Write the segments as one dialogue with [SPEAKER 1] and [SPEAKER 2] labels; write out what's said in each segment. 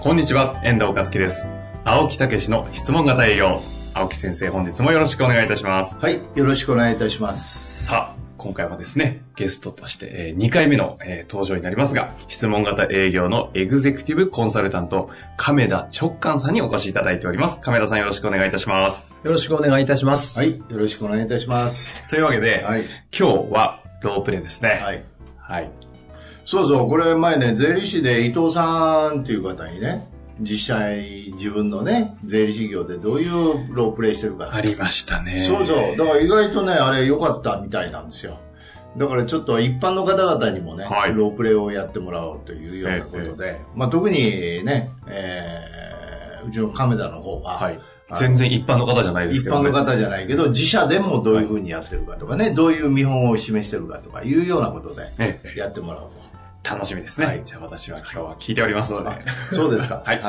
[SPEAKER 1] こんにちは、遠藤和樹です。青木武の質問型営業。青木先生、本日もよろしくお願いいたします。
[SPEAKER 2] はい、よろしくお願いいたします。
[SPEAKER 1] さあ、今回もですね、ゲストとして、えー2回目の、えー登場になりますが、質問型営業のエグゼクティブコンサルタント、亀田直感さんにお越しいただいております。亀田さんよろしくお願いいたします。
[SPEAKER 3] よろしくお願いいたします。
[SPEAKER 2] はい、よろしくお願いいたします。
[SPEAKER 1] というわけで、
[SPEAKER 2] はい、
[SPEAKER 1] 今日はロープレイですね。
[SPEAKER 2] は
[SPEAKER 1] はい。
[SPEAKER 2] い。そうそう、これ前ね、税理士で伊藤さんっていう方にね、実際自分のね、税理士業でどういうロープレイしてるか。
[SPEAKER 1] ありましたね。
[SPEAKER 2] そうそう、だから意外とね、あれ良かったみたいなんですよ。だからちょっと一般の方々にもね、
[SPEAKER 1] はい
[SPEAKER 2] ロープレイをやってもらおうというようなことで、まあ特にね、えー、うちの亀田の方は、
[SPEAKER 1] はい。全然一般の方じゃないです
[SPEAKER 2] 一
[SPEAKER 1] けど、
[SPEAKER 2] 般
[SPEAKER 1] ね。
[SPEAKER 2] の方じゃないけど、自社でもどういうふうにやってるかとかね、どういう見本を示してるかとかいうようなことで
[SPEAKER 1] ええ
[SPEAKER 2] やってもらおう
[SPEAKER 1] 楽しみですね。
[SPEAKER 2] はい
[SPEAKER 1] じゃあ私は今日は聞いておりますの
[SPEAKER 2] と。
[SPEAKER 1] で。
[SPEAKER 2] あそうです か。
[SPEAKER 1] はい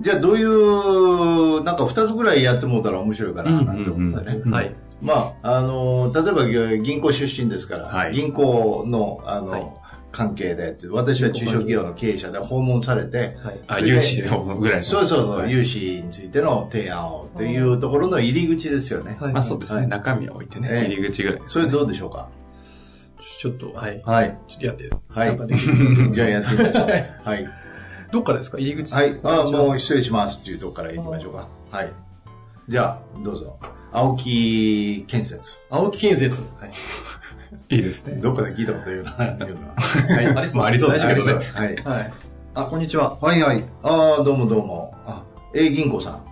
[SPEAKER 2] じゃあどういう、なんか二つぐらいやってもらったら面白いかな、なんて思って
[SPEAKER 1] うんうん
[SPEAKER 2] ね
[SPEAKER 1] う。ん
[SPEAKER 2] はい。まあ、あの、例えば銀行出身ですから、
[SPEAKER 1] はい
[SPEAKER 2] 銀行の、あの、
[SPEAKER 3] はい
[SPEAKER 2] 関係でって、私は中小企業の経営者で訪問されて、
[SPEAKER 3] はい。
[SPEAKER 1] あ、有志のぐらいの。
[SPEAKER 2] そうそうそう、
[SPEAKER 1] はい
[SPEAKER 2] 融資についての提案をというところの入り口ですよね。
[SPEAKER 3] はい
[SPEAKER 1] まあそうですね。
[SPEAKER 2] はい
[SPEAKER 1] 中身を置いてね、
[SPEAKER 2] ええ
[SPEAKER 1] 入り口ぐらいです
[SPEAKER 2] そ
[SPEAKER 1] ね、
[SPEAKER 2] れどうでしょうか
[SPEAKER 3] ちょっと、はい。
[SPEAKER 2] はい。
[SPEAKER 3] ちょっとやって。
[SPEAKER 2] はい
[SPEAKER 3] なんかできる
[SPEAKER 2] じゃあやってみましょう。 はい。
[SPEAKER 3] どっからですか入り口。
[SPEAKER 2] はい。あ
[SPEAKER 3] じゃ
[SPEAKER 2] もう失礼しますっていうとこから行きましょうか。はい。じゃあ、どうぞ。青木建設。
[SPEAKER 3] 青木建設。
[SPEAKER 1] いいですね。
[SPEAKER 2] どっかで聞いたこと言うの言うのは。は
[SPEAKER 3] はい。
[SPEAKER 2] い。
[SPEAKER 3] あり
[SPEAKER 1] まあありそうですけどね。
[SPEAKER 2] はい。
[SPEAKER 3] はい。あ、こんにちは。
[SPEAKER 2] はいはい。ああ、どうもどうも。
[SPEAKER 3] あ、
[SPEAKER 2] A 銀行さん。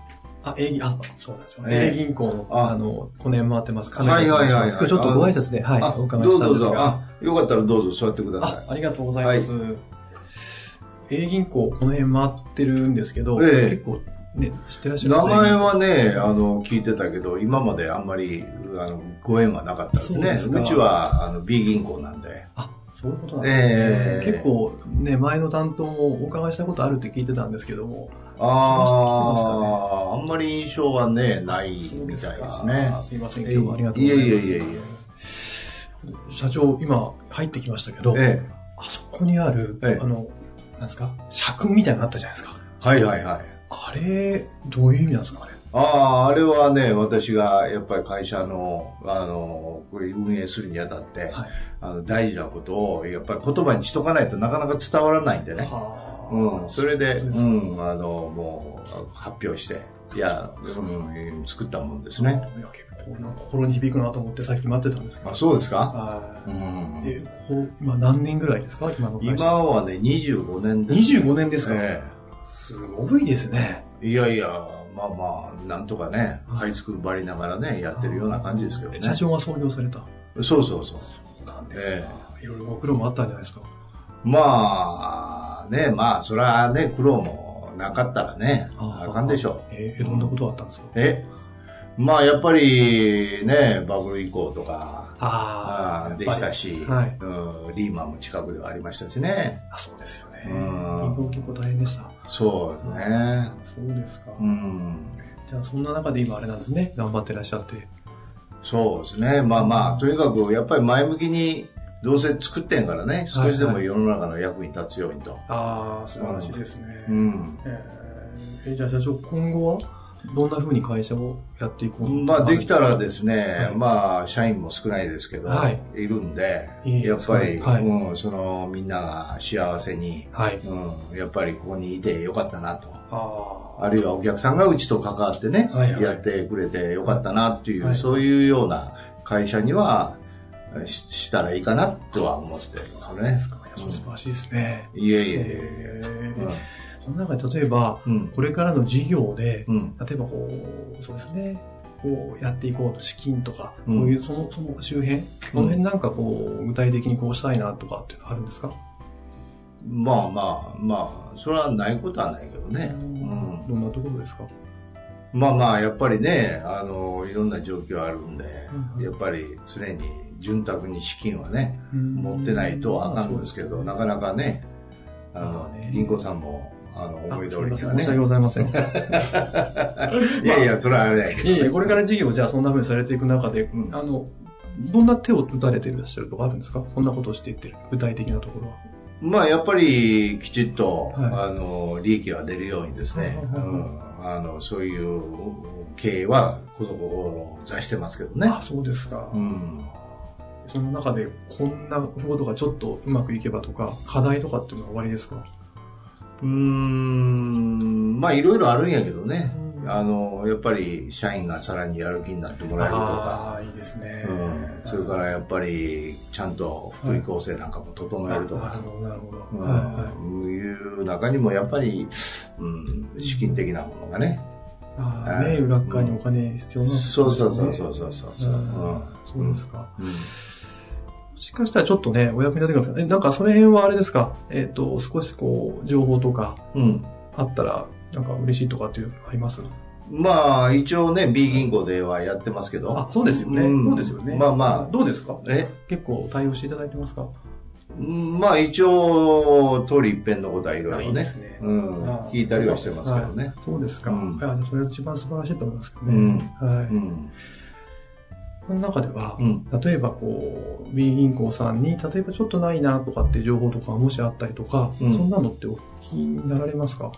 [SPEAKER 3] あ、A 銀、あ、そうなんですよ
[SPEAKER 2] ええ
[SPEAKER 3] ね。A 銀行の、
[SPEAKER 2] あ
[SPEAKER 3] あの、この辺回ってます。
[SPEAKER 2] はいはいはいはい
[SPEAKER 3] 今日ちょっとご挨拶で、はい
[SPEAKER 2] あ、、
[SPEAKER 3] お
[SPEAKER 2] どう
[SPEAKER 3] 伺い
[SPEAKER 2] ぞ
[SPEAKER 3] した
[SPEAKER 2] ど
[SPEAKER 3] ん
[SPEAKER 2] う
[SPEAKER 3] です
[SPEAKER 2] ぞ。
[SPEAKER 3] が。
[SPEAKER 2] あ、よかったらどうぞ座ってくだ
[SPEAKER 3] あ
[SPEAKER 2] さ、
[SPEAKER 3] ありがとうございます。A 銀行、この辺回ってるんですけど、
[SPEAKER 2] ええ
[SPEAKER 3] 結構、ね、知ってらっ
[SPEAKER 2] い。
[SPEAKER 3] しゃる
[SPEAKER 2] 名
[SPEAKER 3] んですね
[SPEAKER 2] 前はね、あの、聞いてたけど、今まであんまり、あの、ご縁はなかったです
[SPEAKER 3] そう
[SPEAKER 2] ね。
[SPEAKER 3] ですか
[SPEAKER 2] うちは、あの、B 銀行なんで。
[SPEAKER 3] あ、そういうことなんですね。
[SPEAKER 2] ええ
[SPEAKER 3] 結構ね、前の担当もお伺いしたことあるって聞いてたんですけども。
[SPEAKER 2] ああ、あんまり印象はね、ないみたいですね。
[SPEAKER 3] すいません、今日はありがとう
[SPEAKER 2] い
[SPEAKER 3] ござ
[SPEAKER 2] え
[SPEAKER 3] います。
[SPEAKER 2] いえいえい
[SPEAKER 3] 社長、今入ってきましたけど、
[SPEAKER 2] え。ええ。
[SPEAKER 3] あそこにある、
[SPEAKER 2] ええ
[SPEAKER 3] あの、なんですか、尺みたいなのあったじゃないですか。
[SPEAKER 2] はいはいはい。
[SPEAKER 3] あれ、どういう意味なんですか、あれ。
[SPEAKER 2] ああ、あれはね、私がやっぱり会社の、あの、これ運営するにあたって、
[SPEAKER 3] はい
[SPEAKER 2] あの大事なことを、やっぱり言葉にしとかないとなかなか伝わらないんでね。
[SPEAKER 3] あ
[SPEAKER 2] うん、それで、
[SPEAKER 3] そうです
[SPEAKER 2] うん、あの、もう、発表して、いや、うん、作ったもんです
[SPEAKER 3] ね。
[SPEAKER 2] ね。
[SPEAKER 3] いや、結構な心に響くなと思ってさっき待ってたんですけど。
[SPEAKER 2] あ、そうですか
[SPEAKER 3] は
[SPEAKER 2] う
[SPEAKER 3] い
[SPEAKER 2] ん。
[SPEAKER 3] えこう今何年ぐらいですか今の会社。
[SPEAKER 2] 今はね、25年です。
[SPEAKER 3] 25年ですか、
[SPEAKER 2] ええ
[SPEAKER 3] すごいですね。
[SPEAKER 2] いやいや、まあまあ、なんとかね、ハイスクールばりながらね、やってるような感じですけどね。
[SPEAKER 3] 社長が創業された。
[SPEAKER 2] そうそうそう。
[SPEAKER 3] そうなんです
[SPEAKER 2] ええ
[SPEAKER 3] いろいろご苦労もあったんじゃないですか。
[SPEAKER 2] まあ、ね、まあ、それはね、苦労もなかったらね、
[SPEAKER 3] あ
[SPEAKER 2] あかんでしょ
[SPEAKER 3] ええどんなことがあったんですか
[SPEAKER 2] う。えまあ、やっぱりね、バブル以降とか、
[SPEAKER 3] あ
[SPEAKER 2] あ
[SPEAKER 3] ー
[SPEAKER 2] でした。し、
[SPEAKER 3] はい
[SPEAKER 2] うん、リーマンも近くではありましたしね。
[SPEAKER 3] あそうですよね。
[SPEAKER 2] う
[SPEAKER 3] 銀
[SPEAKER 2] ん
[SPEAKER 3] 行結構大変でした。
[SPEAKER 2] そうね。
[SPEAKER 3] そうですか。
[SPEAKER 2] うん
[SPEAKER 3] じゃあそんな中で今あれなんですね。頑張ってらっしゃって。
[SPEAKER 2] そうですね。まあまあ、とにかくやっぱり前向きに、どうせ作ってんからね、少しでも世の中の役に立つようにと。
[SPEAKER 3] ああ、素晴らしいですね。
[SPEAKER 2] うん。
[SPEAKER 3] えーえじゃあ社長、今後はどんな風に会社をやっていこうと。
[SPEAKER 2] まあできたらですすね、
[SPEAKER 3] はい
[SPEAKER 2] まあ社員も少ないですけど、
[SPEAKER 3] はい
[SPEAKER 2] い、るんで、
[SPEAKER 3] いい
[SPEAKER 2] やっぱり、
[SPEAKER 3] はい
[SPEAKER 2] うん、そのみんなが幸せに、
[SPEAKER 3] はい。
[SPEAKER 2] うん、やっぱりここにいてよかったなと。
[SPEAKER 3] あ
[SPEAKER 2] あるいはお客さんがうちと関わってね、
[SPEAKER 3] はいはい
[SPEAKER 2] やってくれてよかったなっていう、
[SPEAKER 3] はい
[SPEAKER 2] そういうような会社にはししたらいいかなとは思ってます
[SPEAKER 3] あ、ね、
[SPEAKER 2] ね
[SPEAKER 3] です。か。いや、そう素晴らしいですね。
[SPEAKER 2] いえいえいえ。
[SPEAKER 3] ええその中で例えば、
[SPEAKER 2] うん。
[SPEAKER 3] これからの事業で、
[SPEAKER 2] うん。
[SPEAKER 3] 例えばこう、そうですね、こうやっていこうと、資金とか、
[SPEAKER 2] うん
[SPEAKER 3] こういうその、その周辺、この辺なんかこう、具体的にこうしたいなとかっていうのあるんですか
[SPEAKER 2] まあまあまあそれはないことはないけどね、うん、
[SPEAKER 3] どんなところですか
[SPEAKER 2] まあまあやっぱりねあのいろんな状況あるんで、
[SPEAKER 3] うん
[SPEAKER 2] やっぱり常に潤沢に資金はね持ってないとあかんんですけど、なかなかねあ
[SPEAKER 3] ま
[SPEAKER 2] の
[SPEAKER 3] あね
[SPEAKER 2] 銀行さんもあの思い通りに
[SPEAKER 3] あすい
[SPEAKER 2] は
[SPEAKER 3] ません申し訳
[SPEAKER 2] ね
[SPEAKER 3] ご ざいません。
[SPEAKER 2] いやいやそれはあれやけど
[SPEAKER 3] いやいや、これから事業をじゃあそんな風にされていく中で、
[SPEAKER 2] うん
[SPEAKER 3] あの、どんな手を打たれていらっしゃるとかあるんですかこんなことをしていってる。具体的なところは。
[SPEAKER 2] まあやっぱりきちっと、
[SPEAKER 3] は
[SPEAKER 2] あの利益は出るようにですね、
[SPEAKER 3] はいはいはい
[SPEAKER 2] うんあのそういう経営はことを座してますけどね
[SPEAKER 3] あ、そうですか。
[SPEAKER 2] うん
[SPEAKER 3] その中で、こんなことがちょっとうまくいけばとか、課題とかっていうのは終わりですか
[SPEAKER 2] うーんまあいろいろあるんやけどね、
[SPEAKER 3] うん
[SPEAKER 2] あのやっぱり社員がさらにやる気になってもらえるとか、
[SPEAKER 3] あー、いいですね。
[SPEAKER 2] うん、それからやっぱりちゃんと福利厚生なんかも整えると
[SPEAKER 3] なる
[SPEAKER 2] か、
[SPEAKER 3] ほど、なるほど。
[SPEAKER 2] うん
[SPEAKER 3] はいはい。
[SPEAKER 2] いう中にもやっぱり、うん、資金的なものがね、
[SPEAKER 3] ああ、ね、裏っ側にお金必要なんですね
[SPEAKER 2] そうそうそうそうそうそうそう、
[SPEAKER 3] うんそうですか。
[SPEAKER 2] うん
[SPEAKER 3] もしかしたらちょっとね、お役に立てるかもしれない。えなんかその辺はあれですか、えっ、と、少しこう、情報とか
[SPEAKER 2] うん。
[SPEAKER 3] あったら、なんか嬉しいとかっていうのあります
[SPEAKER 2] まあ、一応ね、B 銀行ではやってますけど。
[SPEAKER 3] あ、そうですよね。
[SPEAKER 2] うん
[SPEAKER 3] そうですよね。
[SPEAKER 2] まあま
[SPEAKER 3] どうですか
[SPEAKER 2] あ、え、
[SPEAKER 3] 結構対応していただいてますか
[SPEAKER 2] うんまあ一応、通り一遍のことはいろいろ
[SPEAKER 3] いいで
[SPEAKER 2] ね
[SPEAKER 3] すね
[SPEAKER 2] うん
[SPEAKER 3] あ、
[SPEAKER 2] 聞いたりはしてますけどね。
[SPEAKER 3] そうですか。
[SPEAKER 2] うん
[SPEAKER 3] いや、じゃあそれが一番素晴らしいと思いますけど
[SPEAKER 2] う
[SPEAKER 3] ね。
[SPEAKER 2] ん。
[SPEAKER 3] はい。
[SPEAKER 2] うん。
[SPEAKER 3] この中では、
[SPEAKER 2] うん。
[SPEAKER 3] 例えばこう、B 銀行さんに、例えばちょっとないなとかって情報とかもしあったりとか、
[SPEAKER 2] うん
[SPEAKER 3] そんなのってお聞きになられますか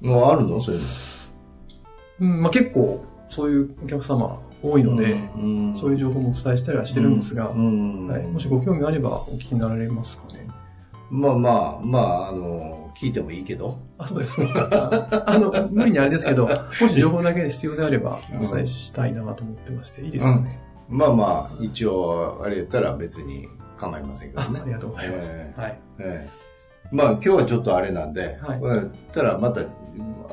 [SPEAKER 2] もうあるのそういう
[SPEAKER 3] うん、まあ結構そういうお客様多いの
[SPEAKER 2] の。
[SPEAKER 3] で、
[SPEAKER 2] ん
[SPEAKER 3] そういう情報もお伝えしたりはしてるんですが、
[SPEAKER 2] うん。
[SPEAKER 3] はい、もしご興味あればお聞きになられますかね。
[SPEAKER 2] まあまあ、まあ、あの、聞いてもいいけど。
[SPEAKER 3] あ、そうです。あ あの、無理にあれですけど、もし情報だけで必要であればお伝えしたいなと思ってまして、いいですかね。
[SPEAKER 2] まあまあ、一応、あれやったら別に構いませんけど
[SPEAKER 3] あ
[SPEAKER 2] ね
[SPEAKER 3] あ。りがとうございます。
[SPEAKER 2] ええ
[SPEAKER 3] はい。
[SPEAKER 2] ええ。まあ今日はちょっとあれなんで、
[SPEAKER 3] はい
[SPEAKER 2] これやったらまた、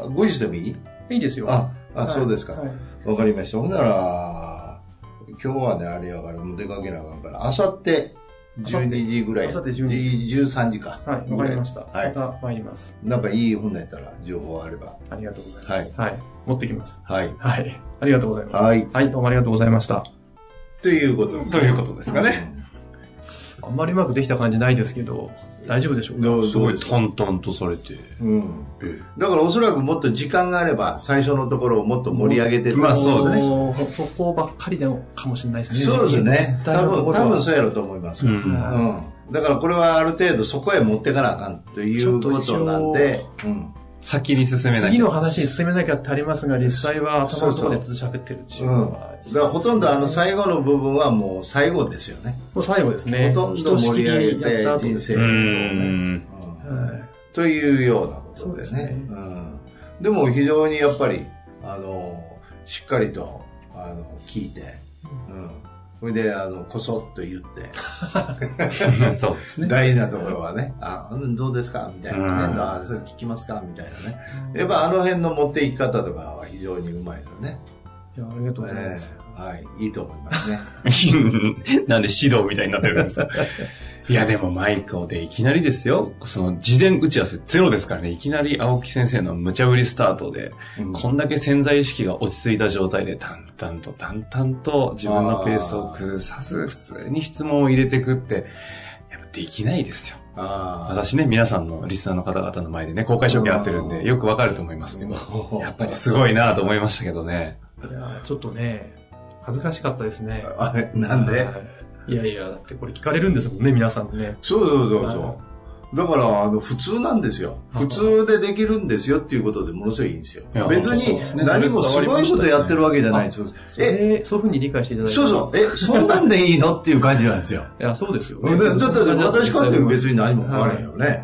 [SPEAKER 2] 後日でもいい
[SPEAKER 3] いいですよ。
[SPEAKER 2] あ、あ、
[SPEAKER 3] はい
[SPEAKER 2] そうですか。わ、
[SPEAKER 3] はい
[SPEAKER 2] かりました。ほんなら、今日はね、あれやから、もう出かけなあかんから、あさって、12時ぐらい。
[SPEAKER 3] あさって12時
[SPEAKER 2] じ13時か。
[SPEAKER 3] はい、わかりました。
[SPEAKER 2] はい
[SPEAKER 3] また参ります。
[SPEAKER 2] なんかいい本やったら、情報あれば。
[SPEAKER 3] ありがとうございます。はい。持ってきます。
[SPEAKER 2] はい。
[SPEAKER 3] はい。ありがとうございます。
[SPEAKER 2] はい。
[SPEAKER 3] はい、どうもありがとうございました。
[SPEAKER 2] ということです、
[SPEAKER 1] ということですかね。
[SPEAKER 2] ね。
[SPEAKER 3] あんまりうまくできた感じないですけど、大丈夫でしょうか
[SPEAKER 2] どう
[SPEAKER 1] すごい
[SPEAKER 2] ですか
[SPEAKER 1] 淡々とされて。
[SPEAKER 2] うん。
[SPEAKER 1] え
[SPEAKER 2] だからおそらくもっと時間があれば、最初のところをもっと盛り上げて
[SPEAKER 1] まあそうです
[SPEAKER 3] ね。そこばっかりなのかもしれないですね。
[SPEAKER 2] そうですね。
[SPEAKER 3] 実際
[SPEAKER 2] 多
[SPEAKER 3] の
[SPEAKER 2] 分、
[SPEAKER 3] ところは
[SPEAKER 2] 多分そうやろうと思います。
[SPEAKER 1] え
[SPEAKER 2] うん。
[SPEAKER 3] ん
[SPEAKER 2] だからこれはある程度そこへ持ってかなあかんということなんで、うん。
[SPEAKER 1] 先に進めない。
[SPEAKER 3] 次の話に進めなきゃってありますが、実際は頭のところでずっと喋ってるっていうのは
[SPEAKER 2] だからほとんどあの
[SPEAKER 3] 後。
[SPEAKER 2] 最後の部分はもう最後ですよね。
[SPEAKER 3] もう最後ですね。
[SPEAKER 2] ほとんど盛り上げて人生
[SPEAKER 1] う
[SPEAKER 2] の
[SPEAKER 1] ー
[SPEAKER 2] こ
[SPEAKER 1] ん。
[SPEAKER 2] とをね。
[SPEAKER 3] は
[SPEAKER 2] というようなことです
[SPEAKER 3] そう
[SPEAKER 2] ね
[SPEAKER 3] ですね。
[SPEAKER 2] うんでも非常にやっぱり、あの、しっかりと、あの、聞いて、うん。それで、あの、こそっと言って、
[SPEAKER 1] そうですね。
[SPEAKER 2] 大事なところはね、あ、うんどうですかみたいな
[SPEAKER 1] う
[SPEAKER 2] ね。
[SPEAKER 1] ん
[SPEAKER 2] あ、それ聞きますかみたいなね。やっぱあの辺の持っていき方とかは非常にうまいのね。
[SPEAKER 3] い。いや、ありがとうござい
[SPEAKER 2] え
[SPEAKER 3] ます。
[SPEAKER 2] えはい、いいと思います ね。
[SPEAKER 1] なんで指導みたいになってるんです か。いや、でもマイコでいきなりですよ。その事前打ち合わせゼロですからね。いきなり青木先生の無茶ぶりスタートで、
[SPEAKER 2] うん
[SPEAKER 1] こんだけ潜在意識が落ち着いた状態で淡々と淡々と自分のペースを崩さず、普通に質問を入れてくって、やっぱできないですよ。
[SPEAKER 2] あ
[SPEAKER 1] 私ね、皆さんのリスナーの方々の前でね、公開処刑やってるんで、よくわかると思いますけど、
[SPEAKER 2] あ。
[SPEAKER 1] やっぱりすごいなと思いましたけどね。
[SPEAKER 3] いや、ちょっとね、恥ずかしかったですね。
[SPEAKER 2] あれなんで
[SPEAKER 3] いやいや、だってこれ聞かれるんですもんね、皆さんね。
[SPEAKER 2] そうそうそう
[SPEAKER 3] は
[SPEAKER 2] そう。だから、あの、普通なんですよ。
[SPEAKER 3] はい
[SPEAKER 2] 普通でできるんですよっていうことでものすごいいいんですよ
[SPEAKER 1] いや。
[SPEAKER 2] 別
[SPEAKER 1] そう
[SPEAKER 2] に
[SPEAKER 1] ですね
[SPEAKER 2] 何もすごいことやってるわけじゃないんですよ。え、
[SPEAKER 3] え、そういうふうに理解していただいて。
[SPEAKER 2] そうそう、え、そんなんでいいのっていう感じなんです よ。
[SPEAKER 3] いや、そうですよ
[SPEAKER 2] だ
[SPEAKER 3] ね。
[SPEAKER 2] だって私かって別に何も変わらへん
[SPEAKER 3] よ。
[SPEAKER 2] よね。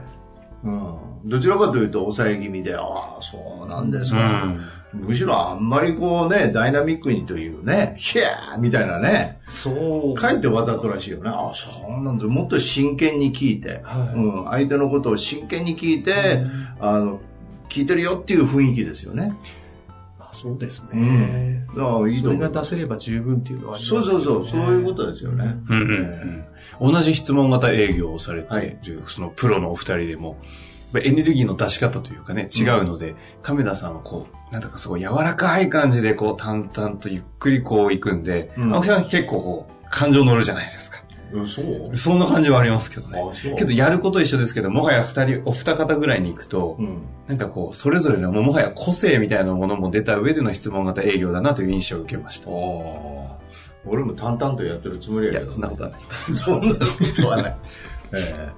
[SPEAKER 2] うん。どちらかというと抑え気味で、ああ、そうなんです
[SPEAKER 1] う
[SPEAKER 2] か。
[SPEAKER 1] ん。
[SPEAKER 2] むしろあんまりこうね、ダイナミックにというね、ヒャーみたいなね、
[SPEAKER 3] そう。
[SPEAKER 2] 書いてわざとらしいよね。ああ、そうなんだ。もっと真剣に聞いて。
[SPEAKER 3] はい
[SPEAKER 2] うん、相手のことを真剣に聞いて、あの聞いてるよっていう雰囲気ですよね。
[SPEAKER 3] あそうですね。
[SPEAKER 2] だからいいと
[SPEAKER 3] それ
[SPEAKER 2] 思
[SPEAKER 3] が
[SPEAKER 2] う。
[SPEAKER 3] 出せれば十分っていうのはあります
[SPEAKER 2] そ
[SPEAKER 3] よ
[SPEAKER 2] う
[SPEAKER 3] ね
[SPEAKER 2] そうそう、そういうことですよね。
[SPEAKER 1] うんうんうん、同じ質問型営業をされて、
[SPEAKER 2] はい
[SPEAKER 1] そのプロのお二人でも、やっぱエネルギーの出し方というかね、違うので、亀田さんはこう、なんだかすごい柔らかい感じで、こう、淡々とゆっくりこう行くんで、
[SPEAKER 2] うん
[SPEAKER 1] 青木さん結構こう、感情乗るじゃないですか。
[SPEAKER 2] うんそう
[SPEAKER 1] そんな感じはありますけど
[SPEAKER 2] あ
[SPEAKER 1] ね。
[SPEAKER 2] そう
[SPEAKER 1] けど、やること一緒ですけど、もはや二人、お二方ぐらいに行くと、
[SPEAKER 2] うん。
[SPEAKER 1] なんかこう、それぞれのもうもはや個性みたいなものも出た上での質問型営業だなという印象を受けました。
[SPEAKER 2] 俺も淡々とやってるつもり
[SPEAKER 1] い
[SPEAKER 2] や
[SPEAKER 1] や、
[SPEAKER 2] けど
[SPEAKER 1] そんなことはない。
[SPEAKER 2] そんなことは ない。ええ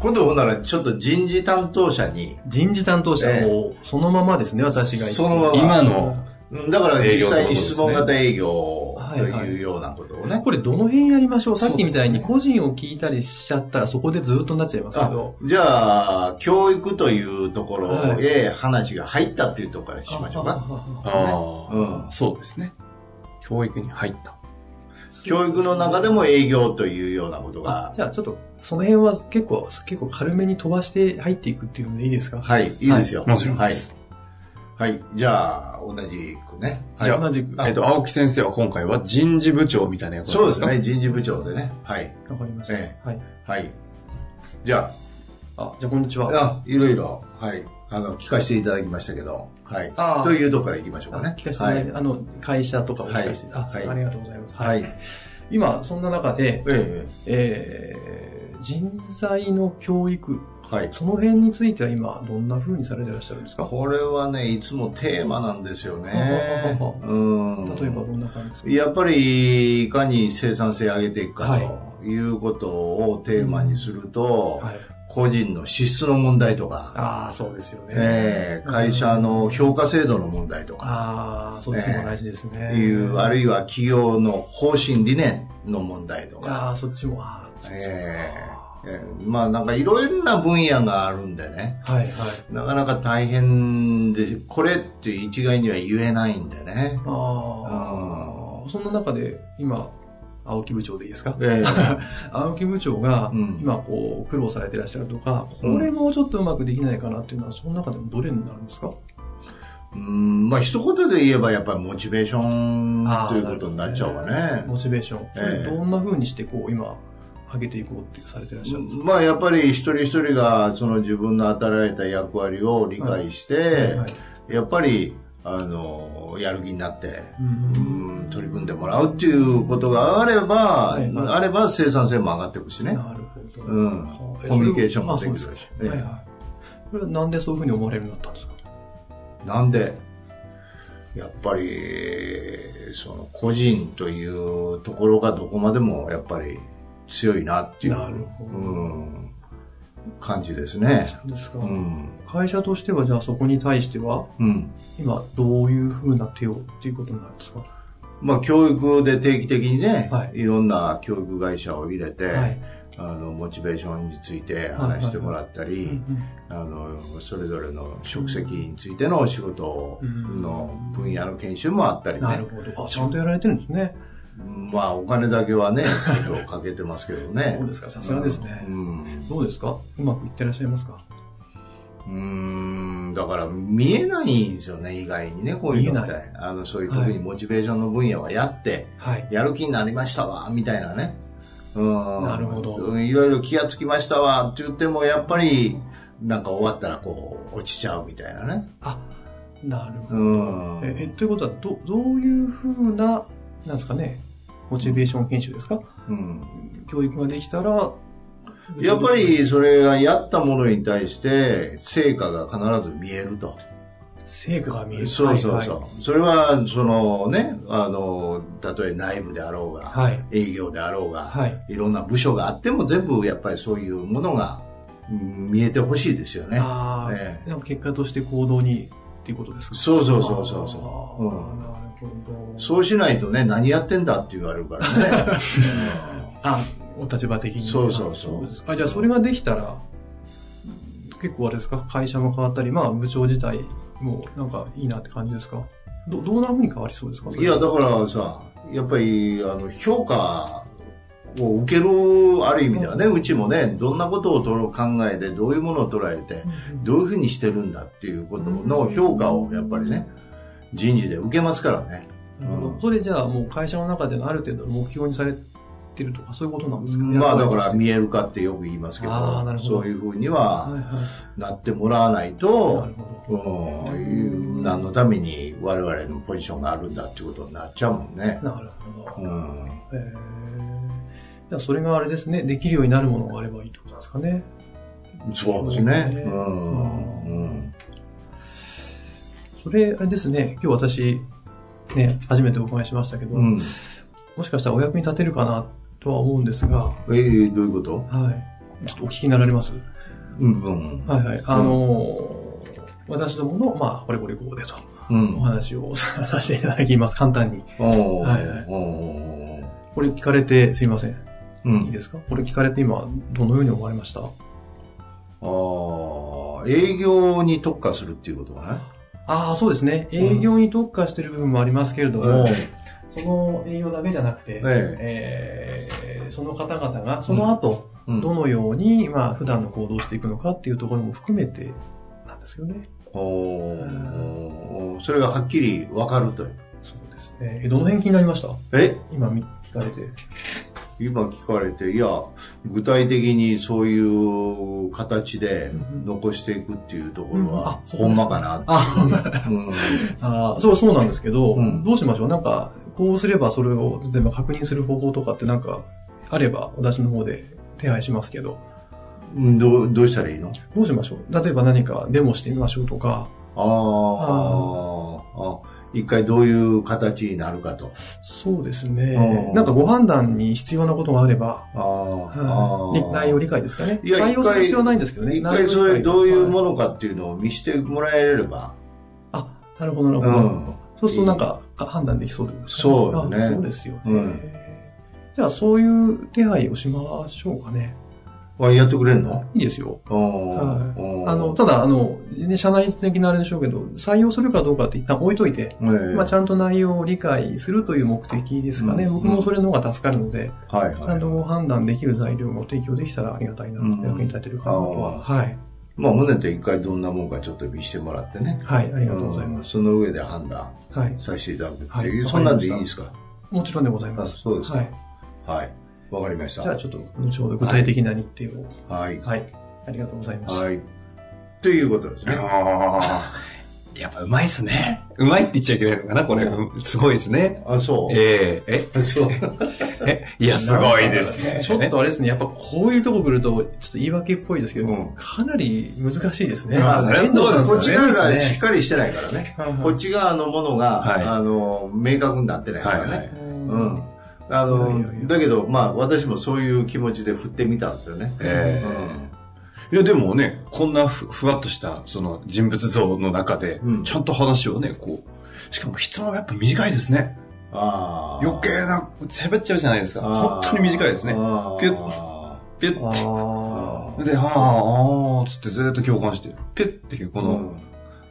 [SPEAKER 2] 今度ほんなら、ちょっと人事担当者に、
[SPEAKER 3] 人事担当者
[SPEAKER 2] ええ
[SPEAKER 3] もそのままですね、私が言って
[SPEAKER 2] そのまま
[SPEAKER 1] 今の、
[SPEAKER 2] うんだから
[SPEAKER 1] 営業ってこ
[SPEAKER 2] 実
[SPEAKER 1] と
[SPEAKER 2] 際
[SPEAKER 1] で
[SPEAKER 2] に
[SPEAKER 1] すね
[SPEAKER 2] 質問型営業というようなことをね。
[SPEAKER 3] これどの辺やりましょうさっきみたいに
[SPEAKER 1] そ
[SPEAKER 3] 個人を聞いたりしちゃったらそこでずっとなっちゃいますけど。
[SPEAKER 2] じゃあ、教育というところ
[SPEAKER 3] はい
[SPEAKER 2] へ話が入ったっていうところからしましょうか。
[SPEAKER 3] か。
[SPEAKER 1] ああ、
[SPEAKER 2] うん
[SPEAKER 1] そうですね。教育に入った。
[SPEAKER 2] 教育の中でも営業というようなことが。
[SPEAKER 3] じゃあちょっとその辺は結構、結構軽めに飛ばして入っていくっていうのでいいですか
[SPEAKER 2] はい、いいですよ。
[SPEAKER 1] もちろん
[SPEAKER 2] は
[SPEAKER 1] で
[SPEAKER 2] い。
[SPEAKER 1] す。
[SPEAKER 2] はい。じゃあ、同じくね。
[SPEAKER 1] じゃあ
[SPEAKER 3] 同じく。
[SPEAKER 1] え
[SPEAKER 3] わ
[SPEAKER 1] っと、青木先生は今回は人事部長みたいな役
[SPEAKER 2] そう
[SPEAKER 1] 割
[SPEAKER 2] です
[SPEAKER 1] か
[SPEAKER 2] ね。。人事部長でね。はい。
[SPEAKER 3] かりました。
[SPEAKER 2] え
[SPEAKER 3] はい。
[SPEAKER 2] はい。じゃ
[SPEAKER 3] あ、じゃあこんにち
[SPEAKER 2] あ、
[SPEAKER 3] は。
[SPEAKER 2] あいろいろ、はい。あの、聞かせていただきましたけど、はい。
[SPEAKER 3] あー
[SPEAKER 2] というところから行きましょうかね
[SPEAKER 3] あ。聞かせていただいて、
[SPEAKER 2] はい
[SPEAKER 3] あの、会社とかを聞かせていただいて、
[SPEAKER 2] はい
[SPEAKER 3] あありがとうございます。
[SPEAKER 2] はい。
[SPEAKER 3] 今、そんな中で、
[SPEAKER 2] ええ
[SPEAKER 3] えー人材の教育、
[SPEAKER 2] はい。
[SPEAKER 3] その辺については今、どんな風にされてらっしゃるんですか
[SPEAKER 2] これはね、いつもテーマなんですよ ね。
[SPEAKER 3] ははは
[SPEAKER 2] うん。
[SPEAKER 3] 例えばどんな感じですか
[SPEAKER 2] やっぱり、いかに生産性上げていくか
[SPEAKER 3] は
[SPEAKER 2] ということをテーマにすると、
[SPEAKER 3] はい、
[SPEAKER 2] 個人の資質の問題とか、
[SPEAKER 3] ああ、そうですよね。
[SPEAKER 2] ええ会社の評価制度の問題とか、
[SPEAKER 3] ああ、そうですね。大事ですね。
[SPEAKER 2] いう、あるいは企業の方針理念の問題とか、
[SPEAKER 3] ああ、そっちも、ああ、そっちも
[SPEAKER 2] ええええまあなんかいろいろな分野があるんでね、
[SPEAKER 3] はいはい。
[SPEAKER 2] なかなか大変で、これって一概には言えないんでね。
[SPEAKER 3] ああ、そんな中で、今、青木部長でいいですか
[SPEAKER 2] ええ
[SPEAKER 3] 青木部長が
[SPEAKER 2] うん
[SPEAKER 3] 今こう苦労されてらっしゃるとか、これもうちょっとうまくできないかなっていうのは、その中でもどれになるんですか
[SPEAKER 2] うんまあ一言で言えばやっぱりモチベーション
[SPEAKER 3] あー
[SPEAKER 2] ということになっちゃうわね。
[SPEAKER 3] モチベーション。そ
[SPEAKER 2] ええ
[SPEAKER 3] れどんな風にしてこう今、上げていこうってされてらっしゃるんです
[SPEAKER 2] まあやっぱり一人一人がその自分の与えられた役割を理解して、
[SPEAKER 3] かはいはい
[SPEAKER 2] やっぱりあのやる気になって、
[SPEAKER 3] うん
[SPEAKER 2] うん、取り組んでもらうっていうことがあれば、
[SPEAKER 3] はいはい
[SPEAKER 2] あれば生産性も上がっていくしね。
[SPEAKER 3] なるほど。
[SPEAKER 2] うん
[SPEAKER 3] はあ
[SPEAKER 2] コミュニケーションも
[SPEAKER 3] あそう
[SPEAKER 2] できる
[SPEAKER 3] す
[SPEAKER 2] し
[SPEAKER 3] か
[SPEAKER 2] ええ
[SPEAKER 3] はいはい。これはなんでそういうふうに思われるようになったんですか
[SPEAKER 2] なんで、やっぱり、その個人というところがどこまでもやっぱり強いなっていう、
[SPEAKER 3] なるほど
[SPEAKER 2] うん、感じですね。
[SPEAKER 3] そうですか
[SPEAKER 2] うん。
[SPEAKER 3] 会社としては、じゃあそこに対しては、
[SPEAKER 2] うん。
[SPEAKER 3] 今、どういうふうな手をっていうことになるんですかは
[SPEAKER 2] まあ教育で定期的にね、、
[SPEAKER 3] はい
[SPEAKER 2] ろんな教育会社を入れて、
[SPEAKER 3] い。
[SPEAKER 2] あの、モチベーションについて話してもらったり、あのそれぞれの職責についてのお仕事の分野の研修もあったり
[SPEAKER 3] なる
[SPEAKER 2] ね、
[SPEAKER 3] ほど。あ、ちゃんとやられてるんですね。
[SPEAKER 2] まあお金だけはねちょっとかけてますけどね
[SPEAKER 3] そうですか、さすがですね
[SPEAKER 2] う。ん
[SPEAKER 3] どうですかうまくいってらっしゃいますか
[SPEAKER 2] うんだから見えないんですよね意外にねこういうのって
[SPEAKER 3] 見え
[SPEAKER 2] あのそういう特にモチベーションの分野はやって、
[SPEAKER 3] はい。
[SPEAKER 2] やる気になりましたわみたいなねうん
[SPEAKER 3] なるほど
[SPEAKER 2] うんいろいろ気がつきましたわって言ってもやっぱりなんか終わったらこう落ちちゃうみたいなね
[SPEAKER 3] あ、なるほ
[SPEAKER 2] う
[SPEAKER 3] ど。
[SPEAKER 2] ん
[SPEAKER 3] え、えということは、ど、どういうふうな、なんですかね、モチベーション研修ですか
[SPEAKER 2] うん
[SPEAKER 3] 教育ができたら、
[SPEAKER 2] やっぱ、りそれがやったものに対して成果が必ず見えると。
[SPEAKER 3] 成果が見える。
[SPEAKER 2] そうそうそう。
[SPEAKER 3] は
[SPEAKER 2] それは、そのね、あの、たとえ内部であろうが、
[SPEAKER 3] いはい。
[SPEAKER 2] 営業であろうが、
[SPEAKER 3] はい。はい
[SPEAKER 2] い、ろんな部署があっても全部やっぱりそういうものがうん見えてほしいですよね。
[SPEAKER 3] ああ、
[SPEAKER 2] ええ
[SPEAKER 3] でも結果として行動にっていうことですか
[SPEAKER 2] そうそうそうそうそ
[SPEAKER 3] あ
[SPEAKER 2] う。う
[SPEAKER 3] ー
[SPEAKER 2] ん
[SPEAKER 3] なるほど。
[SPEAKER 2] そうしないとね、何やってんだって言われる からね。
[SPEAKER 3] あ、お立場的に。
[SPEAKER 2] そうそうそう
[SPEAKER 3] あですかあ、じゃあそれができたら、結構あれですか会社も変わったり、まあ部長自体もなんかいいなって感じですかど、どんな風に変わりそうですかそ
[SPEAKER 2] い
[SPEAKER 3] れ
[SPEAKER 2] や、だからさ、やっぱり、あの、評価を受ける、ある意味ではね、うちもね、どんなことをとろ考えて、どういうものを捉えて、どういうふうにしてるんだっていうことの評価をやっぱりね、人事で受けますからね。
[SPEAKER 3] なるほ
[SPEAKER 1] うん
[SPEAKER 3] ど。それじゃあもう会社の中でのある程度の目標にされてるとかそういうことなんですかね。
[SPEAKER 2] まあだから
[SPEAKER 3] はい
[SPEAKER 2] 見える化ってよく言いますけ
[SPEAKER 3] あーなる
[SPEAKER 2] ど、
[SPEAKER 3] ほど
[SPEAKER 2] そういうふうに
[SPEAKER 3] は。
[SPEAKER 2] はいなってもらわない
[SPEAKER 3] な
[SPEAKER 2] と
[SPEAKER 3] る、ほ
[SPEAKER 2] うん、何のために我々のポジションがあるんだってことになっちゃうもんね。
[SPEAKER 3] ど。なるほ
[SPEAKER 2] う
[SPEAKER 3] ど。
[SPEAKER 2] ん、
[SPEAKER 3] へえ。じゃあそれがあれですね、できるようになるものがあればいいってことですかね。
[SPEAKER 2] そうですね。
[SPEAKER 3] う
[SPEAKER 2] うんんうん
[SPEAKER 3] それ、あれですね、今日私、ね、初めてお伺いしましたけど、
[SPEAKER 2] うん
[SPEAKER 3] もしかしたらお役に立てるかなとは思うんですが、
[SPEAKER 2] えー、どういうこと
[SPEAKER 3] はい。ちょっとお聞きになられます
[SPEAKER 2] うんうん
[SPEAKER 3] はいはい。あのー私どもの、まあ、これこれこうでと、
[SPEAKER 2] うん
[SPEAKER 3] お話をさせていただきます。簡単に。
[SPEAKER 2] おー
[SPEAKER 3] はいはい
[SPEAKER 2] おー
[SPEAKER 3] これ聞かれて、すいません。
[SPEAKER 2] う
[SPEAKER 3] いい
[SPEAKER 2] ん
[SPEAKER 3] ですかこれ聞かれて今、どのように思われました
[SPEAKER 2] ああ、営業に特化するっていうことかね。
[SPEAKER 3] ああ、そうですね。営業に特化している部分もありますけれども、その営業だけじゃなくて、えーその方々がその後、
[SPEAKER 2] うん
[SPEAKER 3] どのように、まあ、普段の行動をしていくのかっていうところも含めてなんですよね。
[SPEAKER 2] おーそれがはっきり分かるという。
[SPEAKER 3] そうですね。えどの辺気になりました
[SPEAKER 2] え
[SPEAKER 3] 今み聞かれて。
[SPEAKER 2] 今聞かれて、いや、具体的にそういう形で残していくっていうところは、
[SPEAKER 3] うん
[SPEAKER 2] ほんまかなって。
[SPEAKER 3] あ
[SPEAKER 2] うん
[SPEAKER 3] あー、そう、そうなんですけど、
[SPEAKER 2] うん
[SPEAKER 3] どうしましょうなんか、こうすればそれを、例えば確認する方法とかってなんか、あれば私の方で手配しますけど、
[SPEAKER 2] うんどうどうしたらいいの
[SPEAKER 3] どうしましょう例えば何かデモしてみましょうとか、
[SPEAKER 2] あーあ、一回どういう形になるかと。
[SPEAKER 3] そうです
[SPEAKER 2] う
[SPEAKER 3] ね。
[SPEAKER 2] ん
[SPEAKER 3] なんかご判断に必要なことがあれば、
[SPEAKER 2] あ
[SPEAKER 3] はい
[SPEAKER 2] ーあー、
[SPEAKER 3] 内容理解ですかね。
[SPEAKER 2] いや
[SPEAKER 3] 採用す
[SPEAKER 2] 一
[SPEAKER 3] る
[SPEAKER 2] 回
[SPEAKER 3] 必要はないんですけどね。
[SPEAKER 2] 一回
[SPEAKER 3] 内容理解
[SPEAKER 2] それどういうも
[SPEAKER 3] はい
[SPEAKER 2] のかっていうのを見せてもらえれば、
[SPEAKER 3] あ、なるほど、なる
[SPEAKER 2] う
[SPEAKER 3] ほど。
[SPEAKER 2] ん、
[SPEAKER 3] そうするとなんかか判断できそうってことです
[SPEAKER 2] そうよね
[SPEAKER 3] あそうですよね。
[SPEAKER 2] うん
[SPEAKER 3] じゃあそういう手配をしましょうかね。
[SPEAKER 2] あやってくれんの
[SPEAKER 3] いいですよ。
[SPEAKER 2] うん
[SPEAKER 3] はい
[SPEAKER 2] うん
[SPEAKER 3] あの、ただ、あの、ね社内的なあれでしょうけど、採用するかどうかって一旦置いといて、
[SPEAKER 2] ええ
[SPEAKER 3] まあ、ちゃんと内容を理解するという目的ですかね。
[SPEAKER 2] うん
[SPEAKER 3] 僕もそれの方が助かるので、
[SPEAKER 2] はい
[SPEAKER 3] ちゃ
[SPEAKER 2] は
[SPEAKER 3] ん
[SPEAKER 2] い
[SPEAKER 3] と。ご判断できる材料を提供できたらありがたいなと、
[SPEAKER 2] うん
[SPEAKER 3] 役に立てるかなとは。はい。
[SPEAKER 2] まあ、胸で一回どんなもんかちょっと見せてもらってね。
[SPEAKER 3] はい、ありがとうございます。
[SPEAKER 2] す。その上で判断
[SPEAKER 3] はい。
[SPEAKER 2] させていただくって、
[SPEAKER 3] はいいうわかりました
[SPEAKER 2] そんなんでいいですか
[SPEAKER 3] もちろんでございま
[SPEAKER 2] あ
[SPEAKER 3] す。
[SPEAKER 2] そうですか。
[SPEAKER 3] はい。
[SPEAKER 2] はい。わかりまし
[SPEAKER 3] じゃあ
[SPEAKER 2] た。
[SPEAKER 3] ちょっと、後ほど具体的な日程を。
[SPEAKER 2] はい。
[SPEAKER 3] はい。ありがとうございました。
[SPEAKER 2] はい。ということですね。
[SPEAKER 1] あ ーやっぱうまいっすね。うまいって言っちゃいけないのかなこれ、うんすごいですね。
[SPEAKER 2] あ、そう。
[SPEAKER 1] ええ
[SPEAKER 2] そう。
[SPEAKER 1] え、え、いや、すごいですね。
[SPEAKER 3] ちょっとあれですね、やっぱこういうとこ来ると、ちょっと言い訳っぽいですけど、
[SPEAKER 2] うん
[SPEAKER 3] かなり難しいですね。
[SPEAKER 1] まあそれはそうです
[SPEAKER 2] こ
[SPEAKER 1] よね
[SPEAKER 2] っち側
[SPEAKER 3] そう
[SPEAKER 2] が
[SPEAKER 3] です
[SPEAKER 2] しっ
[SPEAKER 3] ね
[SPEAKER 2] かりしてないからね。
[SPEAKER 3] はいはい
[SPEAKER 2] こっち側のものが、
[SPEAKER 1] はい
[SPEAKER 2] あの、明確になってないか
[SPEAKER 1] はい
[SPEAKER 2] らね。
[SPEAKER 1] はい。
[SPEAKER 2] うん。あの、
[SPEAKER 3] いやいやいや
[SPEAKER 2] だけど、まあ、私もそういう気持ちで振ってみたんですよね。
[SPEAKER 1] ええ
[SPEAKER 2] うん
[SPEAKER 1] いや、でもね、こんなふふわっとした、その人物像の中で
[SPEAKER 2] う、ん
[SPEAKER 1] ちゃんと話をね、こう、しかも質問がやっぱ短いですね。
[SPEAKER 2] あー
[SPEAKER 1] 余計な、喋っちゃうじゃないですか。
[SPEAKER 2] あ
[SPEAKER 1] 本
[SPEAKER 2] ー
[SPEAKER 1] 当に短いですね。
[SPEAKER 2] あー
[SPEAKER 1] ピュピュッ
[SPEAKER 3] ああ。
[SPEAKER 1] で、あーあー、つってずっと共感して、ピュッていう、こ
[SPEAKER 2] う
[SPEAKER 1] の、
[SPEAKER 2] ん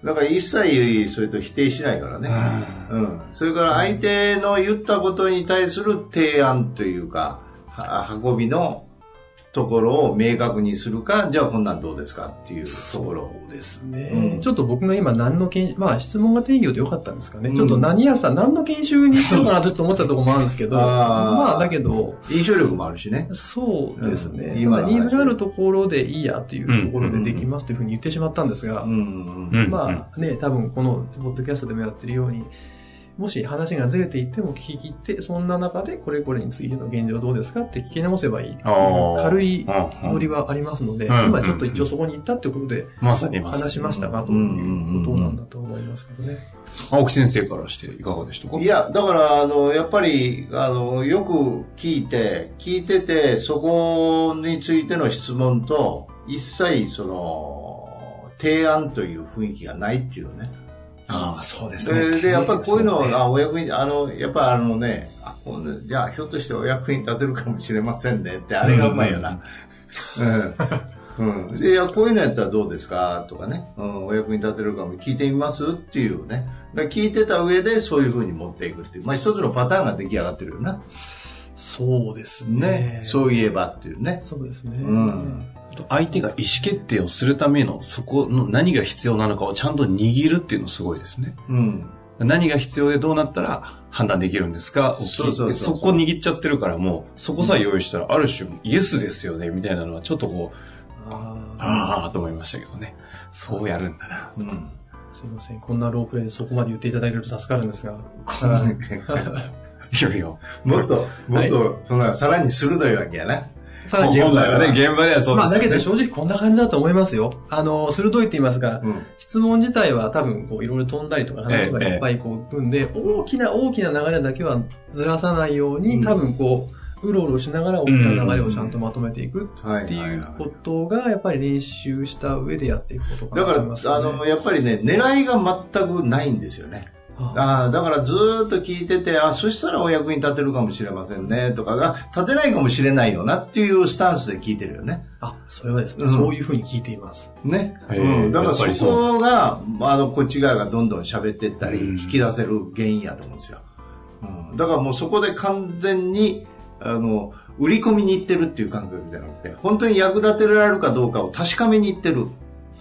[SPEAKER 2] だから一切それと否定しないから
[SPEAKER 1] う
[SPEAKER 2] ね。
[SPEAKER 1] ん
[SPEAKER 2] うん。それから相手の言ったことに対する提案というか、は運びのところを明確にするか、じゃあこんなんどうですかっていうところ。
[SPEAKER 3] そうですね、
[SPEAKER 2] うん
[SPEAKER 3] ちょっと僕が今何の研修、まあ質問が定義でよかったんですかね。ちょっと何屋さん、何の研修にしようかなとちょっと思ったところもあるんですけど、
[SPEAKER 2] あー
[SPEAKER 3] まあだけど、
[SPEAKER 2] 印象力もあるしね。
[SPEAKER 3] そうですね。
[SPEAKER 2] うん今の話
[SPEAKER 3] ニーズがあるところでいいやというところでできますというふうに言ってしまったんですが、
[SPEAKER 2] うん。
[SPEAKER 1] うん
[SPEAKER 3] まあね、多分このポッドキャストでもやってるように、もし話がずれていっても聞き切って、そんな中でこれこれについての現状どうですかって聞き直せばいい。
[SPEAKER 1] あー
[SPEAKER 3] 軽いノリ
[SPEAKER 1] うん
[SPEAKER 3] はありますので、
[SPEAKER 1] うん
[SPEAKER 3] 今ちょっと一応そこに行ったってことで、
[SPEAKER 1] まさにまさに。
[SPEAKER 3] 話しましたがということなんだと思いますけどね。
[SPEAKER 1] 青木先生からしていかがでしたか
[SPEAKER 2] いや、だから、あの、やっぱり、あの、よく聞いて、聞いてて、そこについての質問と、一切、その、提案という雰囲気がないっていうね。
[SPEAKER 1] ああ、そうで
[SPEAKER 2] それで、やっぱりこういうのを、あお役に、あの、やっぱりあのね、あこうねじゃあ、ひょっとしてお役に立てるかもしれませんねって、あれがうまいよな。うん。うん。 で、いや、こういうのやったらどうですかとかね、うん、お役に立てるかも聞いてみますっていうね。だから聞いてた上で、そういうふうに持っていくっていう。まあ、一つのパターンが出来上がってるよな。
[SPEAKER 3] そうです
[SPEAKER 2] ね。
[SPEAKER 3] そう
[SPEAKER 2] そういえばっていうね。
[SPEAKER 3] ですね。
[SPEAKER 2] うん。
[SPEAKER 1] 相手が意思決定をするための、そこの何が必要なのかをちゃんと握るっていうのすごいですね。
[SPEAKER 2] うん。
[SPEAKER 1] 何が必要でどうなったら判断できるんですかを聞いて
[SPEAKER 2] そうそうそうそう
[SPEAKER 1] そこ握っちゃってるからもう、そこさえ用意したら、ある種、イエスですよね、みたいなのは、ちょっとこう、
[SPEAKER 3] あ
[SPEAKER 1] ああ、と思いましたけどね。そうやるんだな。
[SPEAKER 2] うん。
[SPEAKER 3] あ、すいません。こんなロープレイそこまで言っていただけると助かるんですが。
[SPEAKER 1] いよいよ。
[SPEAKER 2] もっと、もっと、そんな、さらに鋭いわけやな。
[SPEAKER 3] さらに、
[SPEAKER 1] 本来はね、現場ではそうで
[SPEAKER 3] まあ
[SPEAKER 1] す
[SPEAKER 3] だ
[SPEAKER 1] よ
[SPEAKER 3] け
[SPEAKER 1] ね
[SPEAKER 3] ど正直こんな感じだと思いますよ。あの、鋭いって言いますが、
[SPEAKER 2] うん。
[SPEAKER 3] 質問自体は多分こういろいろ飛んだりとか話がいっぱいこう組んで、大きな大きな流れだけはずらさないように、
[SPEAKER 2] うん
[SPEAKER 3] 多分こう、うろうろしながら大きな流れをちゃんとまとめていく
[SPEAKER 2] は
[SPEAKER 3] ってい
[SPEAKER 2] は
[SPEAKER 3] う
[SPEAKER 2] は
[SPEAKER 3] ことが、やっぱり練習した上でやっていくことか
[SPEAKER 2] だか
[SPEAKER 3] な
[SPEAKER 2] ら、
[SPEAKER 3] と思います
[SPEAKER 2] あ
[SPEAKER 3] よね、
[SPEAKER 2] の、やっぱりね、狙いが全くないんですよね。
[SPEAKER 3] あ
[SPEAKER 2] ああ、だからずーっと聞いてて、あ、そしたらお役に立てるかもしれませんね、とか、あ、立てないかもしれないよなっていうスタンスで聞いてるよね。
[SPEAKER 3] あ、それはですね、
[SPEAKER 2] うん
[SPEAKER 3] そういうふうに聞いています。
[SPEAKER 2] ね。
[SPEAKER 1] へえ
[SPEAKER 2] うん。だか
[SPEAKER 1] や
[SPEAKER 2] ら
[SPEAKER 1] っぱ
[SPEAKER 2] そ
[SPEAKER 1] りそう
[SPEAKER 2] こが、まああの、こっち側がどんどん喋ってったり、
[SPEAKER 1] うん
[SPEAKER 2] 引き出せる原因やと思うんですよ。うん。だからもうそこで完全に、あの、売り込みに行ってるっていう感覚じゃなくて、本当に役立てられるかどうかを確かめに行ってる。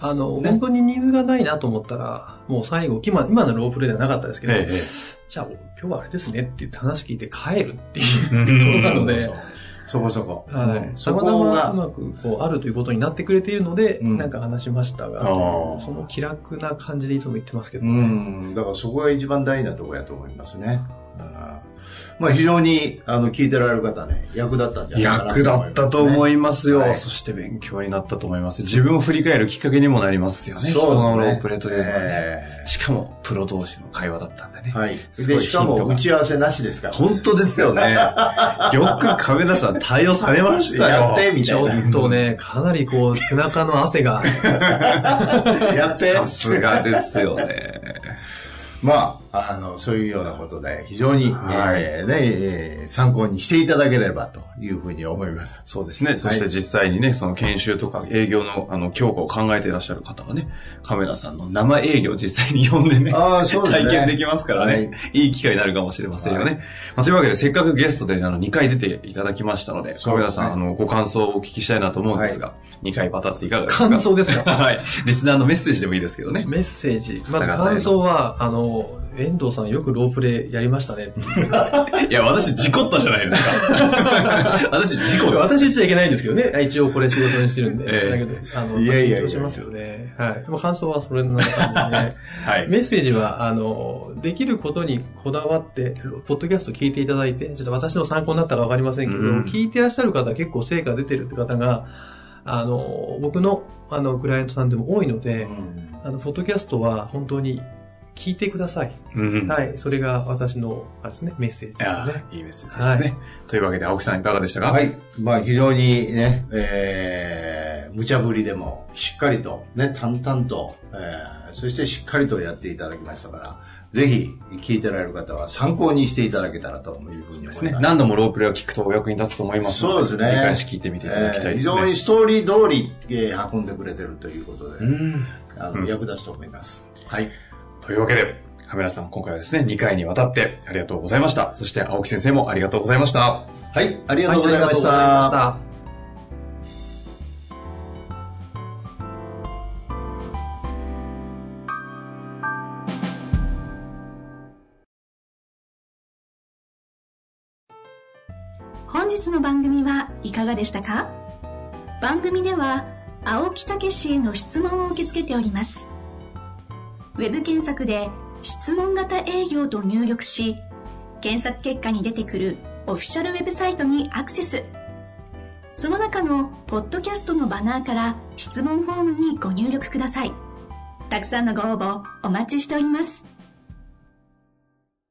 [SPEAKER 3] あの、
[SPEAKER 2] ね
[SPEAKER 3] 本当にニーズがないなと思ったら、もう最後、今今のロープレイではなかったですけど、
[SPEAKER 1] えええ
[SPEAKER 3] じゃあ今日はあれですねって言って話聞いて帰るっていう。
[SPEAKER 1] え。
[SPEAKER 3] そうなので
[SPEAKER 2] そうそうそうそこそこ。
[SPEAKER 3] はい
[SPEAKER 2] うん。そ
[SPEAKER 3] 様
[SPEAKER 2] こ
[SPEAKER 3] 々う
[SPEAKER 2] が、
[SPEAKER 3] まくこうあるということになってくれているので、
[SPEAKER 2] うん
[SPEAKER 3] なんか話しましたが、
[SPEAKER 1] あー
[SPEAKER 3] その気楽な感じでいつも言ってますけど、
[SPEAKER 2] うん。だからそこが一番大事なところやと思いますね。うんまあ非常に、あの、聞いてられる方ね、役立ったんじゃないかな
[SPEAKER 1] 役立ったと思
[SPEAKER 2] い
[SPEAKER 1] います
[SPEAKER 2] は
[SPEAKER 1] よ。
[SPEAKER 2] い
[SPEAKER 1] そして勉強になったと思います。自分を振り返るきっかけにもなりますよ
[SPEAKER 2] ま
[SPEAKER 1] ね。
[SPEAKER 2] すね。
[SPEAKER 1] 人の
[SPEAKER 2] そう
[SPEAKER 1] ロ
[SPEAKER 2] ですね
[SPEAKER 1] ープレというのはね。
[SPEAKER 2] ええ
[SPEAKER 1] しかも、プロ同士の会話だったんでね。
[SPEAKER 2] はい。
[SPEAKER 1] すごい
[SPEAKER 2] で、しか
[SPEAKER 1] ヒント
[SPEAKER 2] も
[SPEAKER 1] が
[SPEAKER 2] 打ち合わせなしですから。
[SPEAKER 1] 本当ですよ ね。よく亀田さん対応されましたよ。
[SPEAKER 2] やって、み
[SPEAKER 3] ち
[SPEAKER 2] たい
[SPEAKER 3] ょ
[SPEAKER 2] な。
[SPEAKER 3] っとね、かなりこう、背中の 汗が、
[SPEAKER 2] やっ て。
[SPEAKER 1] さすがですよね。
[SPEAKER 2] まあ、あの、そういうようなことで、非常に、
[SPEAKER 1] はい
[SPEAKER 2] えーね、えー参考にしていただければというふうに思います。
[SPEAKER 1] そうですね。そして実際にね、その研修とか営業のあの強化を考えていらっしゃる方はね、亀田さんの生営業を実際に呼んでね、
[SPEAKER 2] ああそうですね
[SPEAKER 1] 体験できますからね、
[SPEAKER 2] はい
[SPEAKER 1] い、い機会になるかもしれませんよね。
[SPEAKER 2] はい
[SPEAKER 1] まあ、というわけで、せっかくゲストであの2回出ていただきましたので、
[SPEAKER 2] そう
[SPEAKER 1] 亀
[SPEAKER 2] で
[SPEAKER 1] 田
[SPEAKER 2] す
[SPEAKER 1] さ
[SPEAKER 2] ね
[SPEAKER 1] ん、あの、ご感想をお聞きしたいなと思うんですが、2回バタっていかがですか
[SPEAKER 3] 感想ですか
[SPEAKER 1] はい。リスナーのメッセージでもいいですけどね。
[SPEAKER 3] メッセージ。まあ、
[SPEAKER 1] だからね
[SPEAKER 3] 感想は、あの、遠藤さんよくロープレイやりましたね。
[SPEAKER 1] いや、私、事故ったじゃないです か。私、事故だ。
[SPEAKER 3] 私言っちゃいけないんですけどね。一応これ仕事にしてるんで。
[SPEAKER 1] ええ
[SPEAKER 3] だけど、あの、
[SPEAKER 2] いやいやいや
[SPEAKER 3] 緊張しますよね。はい。でも感想はそれの中でね。
[SPEAKER 1] はい。
[SPEAKER 3] メッセージは、あの、できることにこだわって、ポッドキャスト聞いていただいて、ちょっと私の参考になったかわかりませんけど、
[SPEAKER 1] うん
[SPEAKER 3] 聞いてらっしゃる方は結構成果出てるって方が、あの、僕の、あの、クライアントさんでも多いので、あの、ポッドキャストは本当に聞いてください。
[SPEAKER 1] うん
[SPEAKER 3] はい。それが私の、あれですね、メッセージ
[SPEAKER 1] い
[SPEAKER 3] です
[SPEAKER 1] や
[SPEAKER 3] よね。
[SPEAKER 1] ーいいメッセージですね。というわけで、青木さんいかがでしたか
[SPEAKER 2] はい。まあ、非常にね、えー、無茶ぶりでも、しっかりと、ね、淡々と、えー、そしてしっかりとやっていただきましたから、ぜひ、聞いてられる方は参考にしていただけたらというふうに思い
[SPEAKER 1] で
[SPEAKER 2] ますす。
[SPEAKER 1] ね。何度もロープレイを聞くとお役に立つと思いますので。
[SPEAKER 2] そうですね
[SPEAKER 1] 繰り返し聞いてみていただきたい
[SPEAKER 2] えー
[SPEAKER 1] で
[SPEAKER 2] 非
[SPEAKER 1] すね。
[SPEAKER 2] 常にストーリー通り、えー運んでくれてるということ
[SPEAKER 1] う
[SPEAKER 2] で、
[SPEAKER 1] ん。
[SPEAKER 2] あ
[SPEAKER 1] う
[SPEAKER 2] の
[SPEAKER 1] ん
[SPEAKER 2] 役立つと思います。はい。
[SPEAKER 1] というわけで、カメラさん、今回はですね、2回にわたってありがとうございました。そして、青木先生もありがとうございました。
[SPEAKER 2] はい、ありがとうございました。
[SPEAKER 3] はいありがとうございました。
[SPEAKER 4] 本日の番組はいかがでしたか番組では青木武氏への質問を受け付けておりますウェブ検索で「質問型営業」と入力し検索結果に出てくるオフィシャルウェブサイトにアクセスその中のポッドキャストのバナーから質問フォームにご入力くださいたくさんのご応募お待ちしております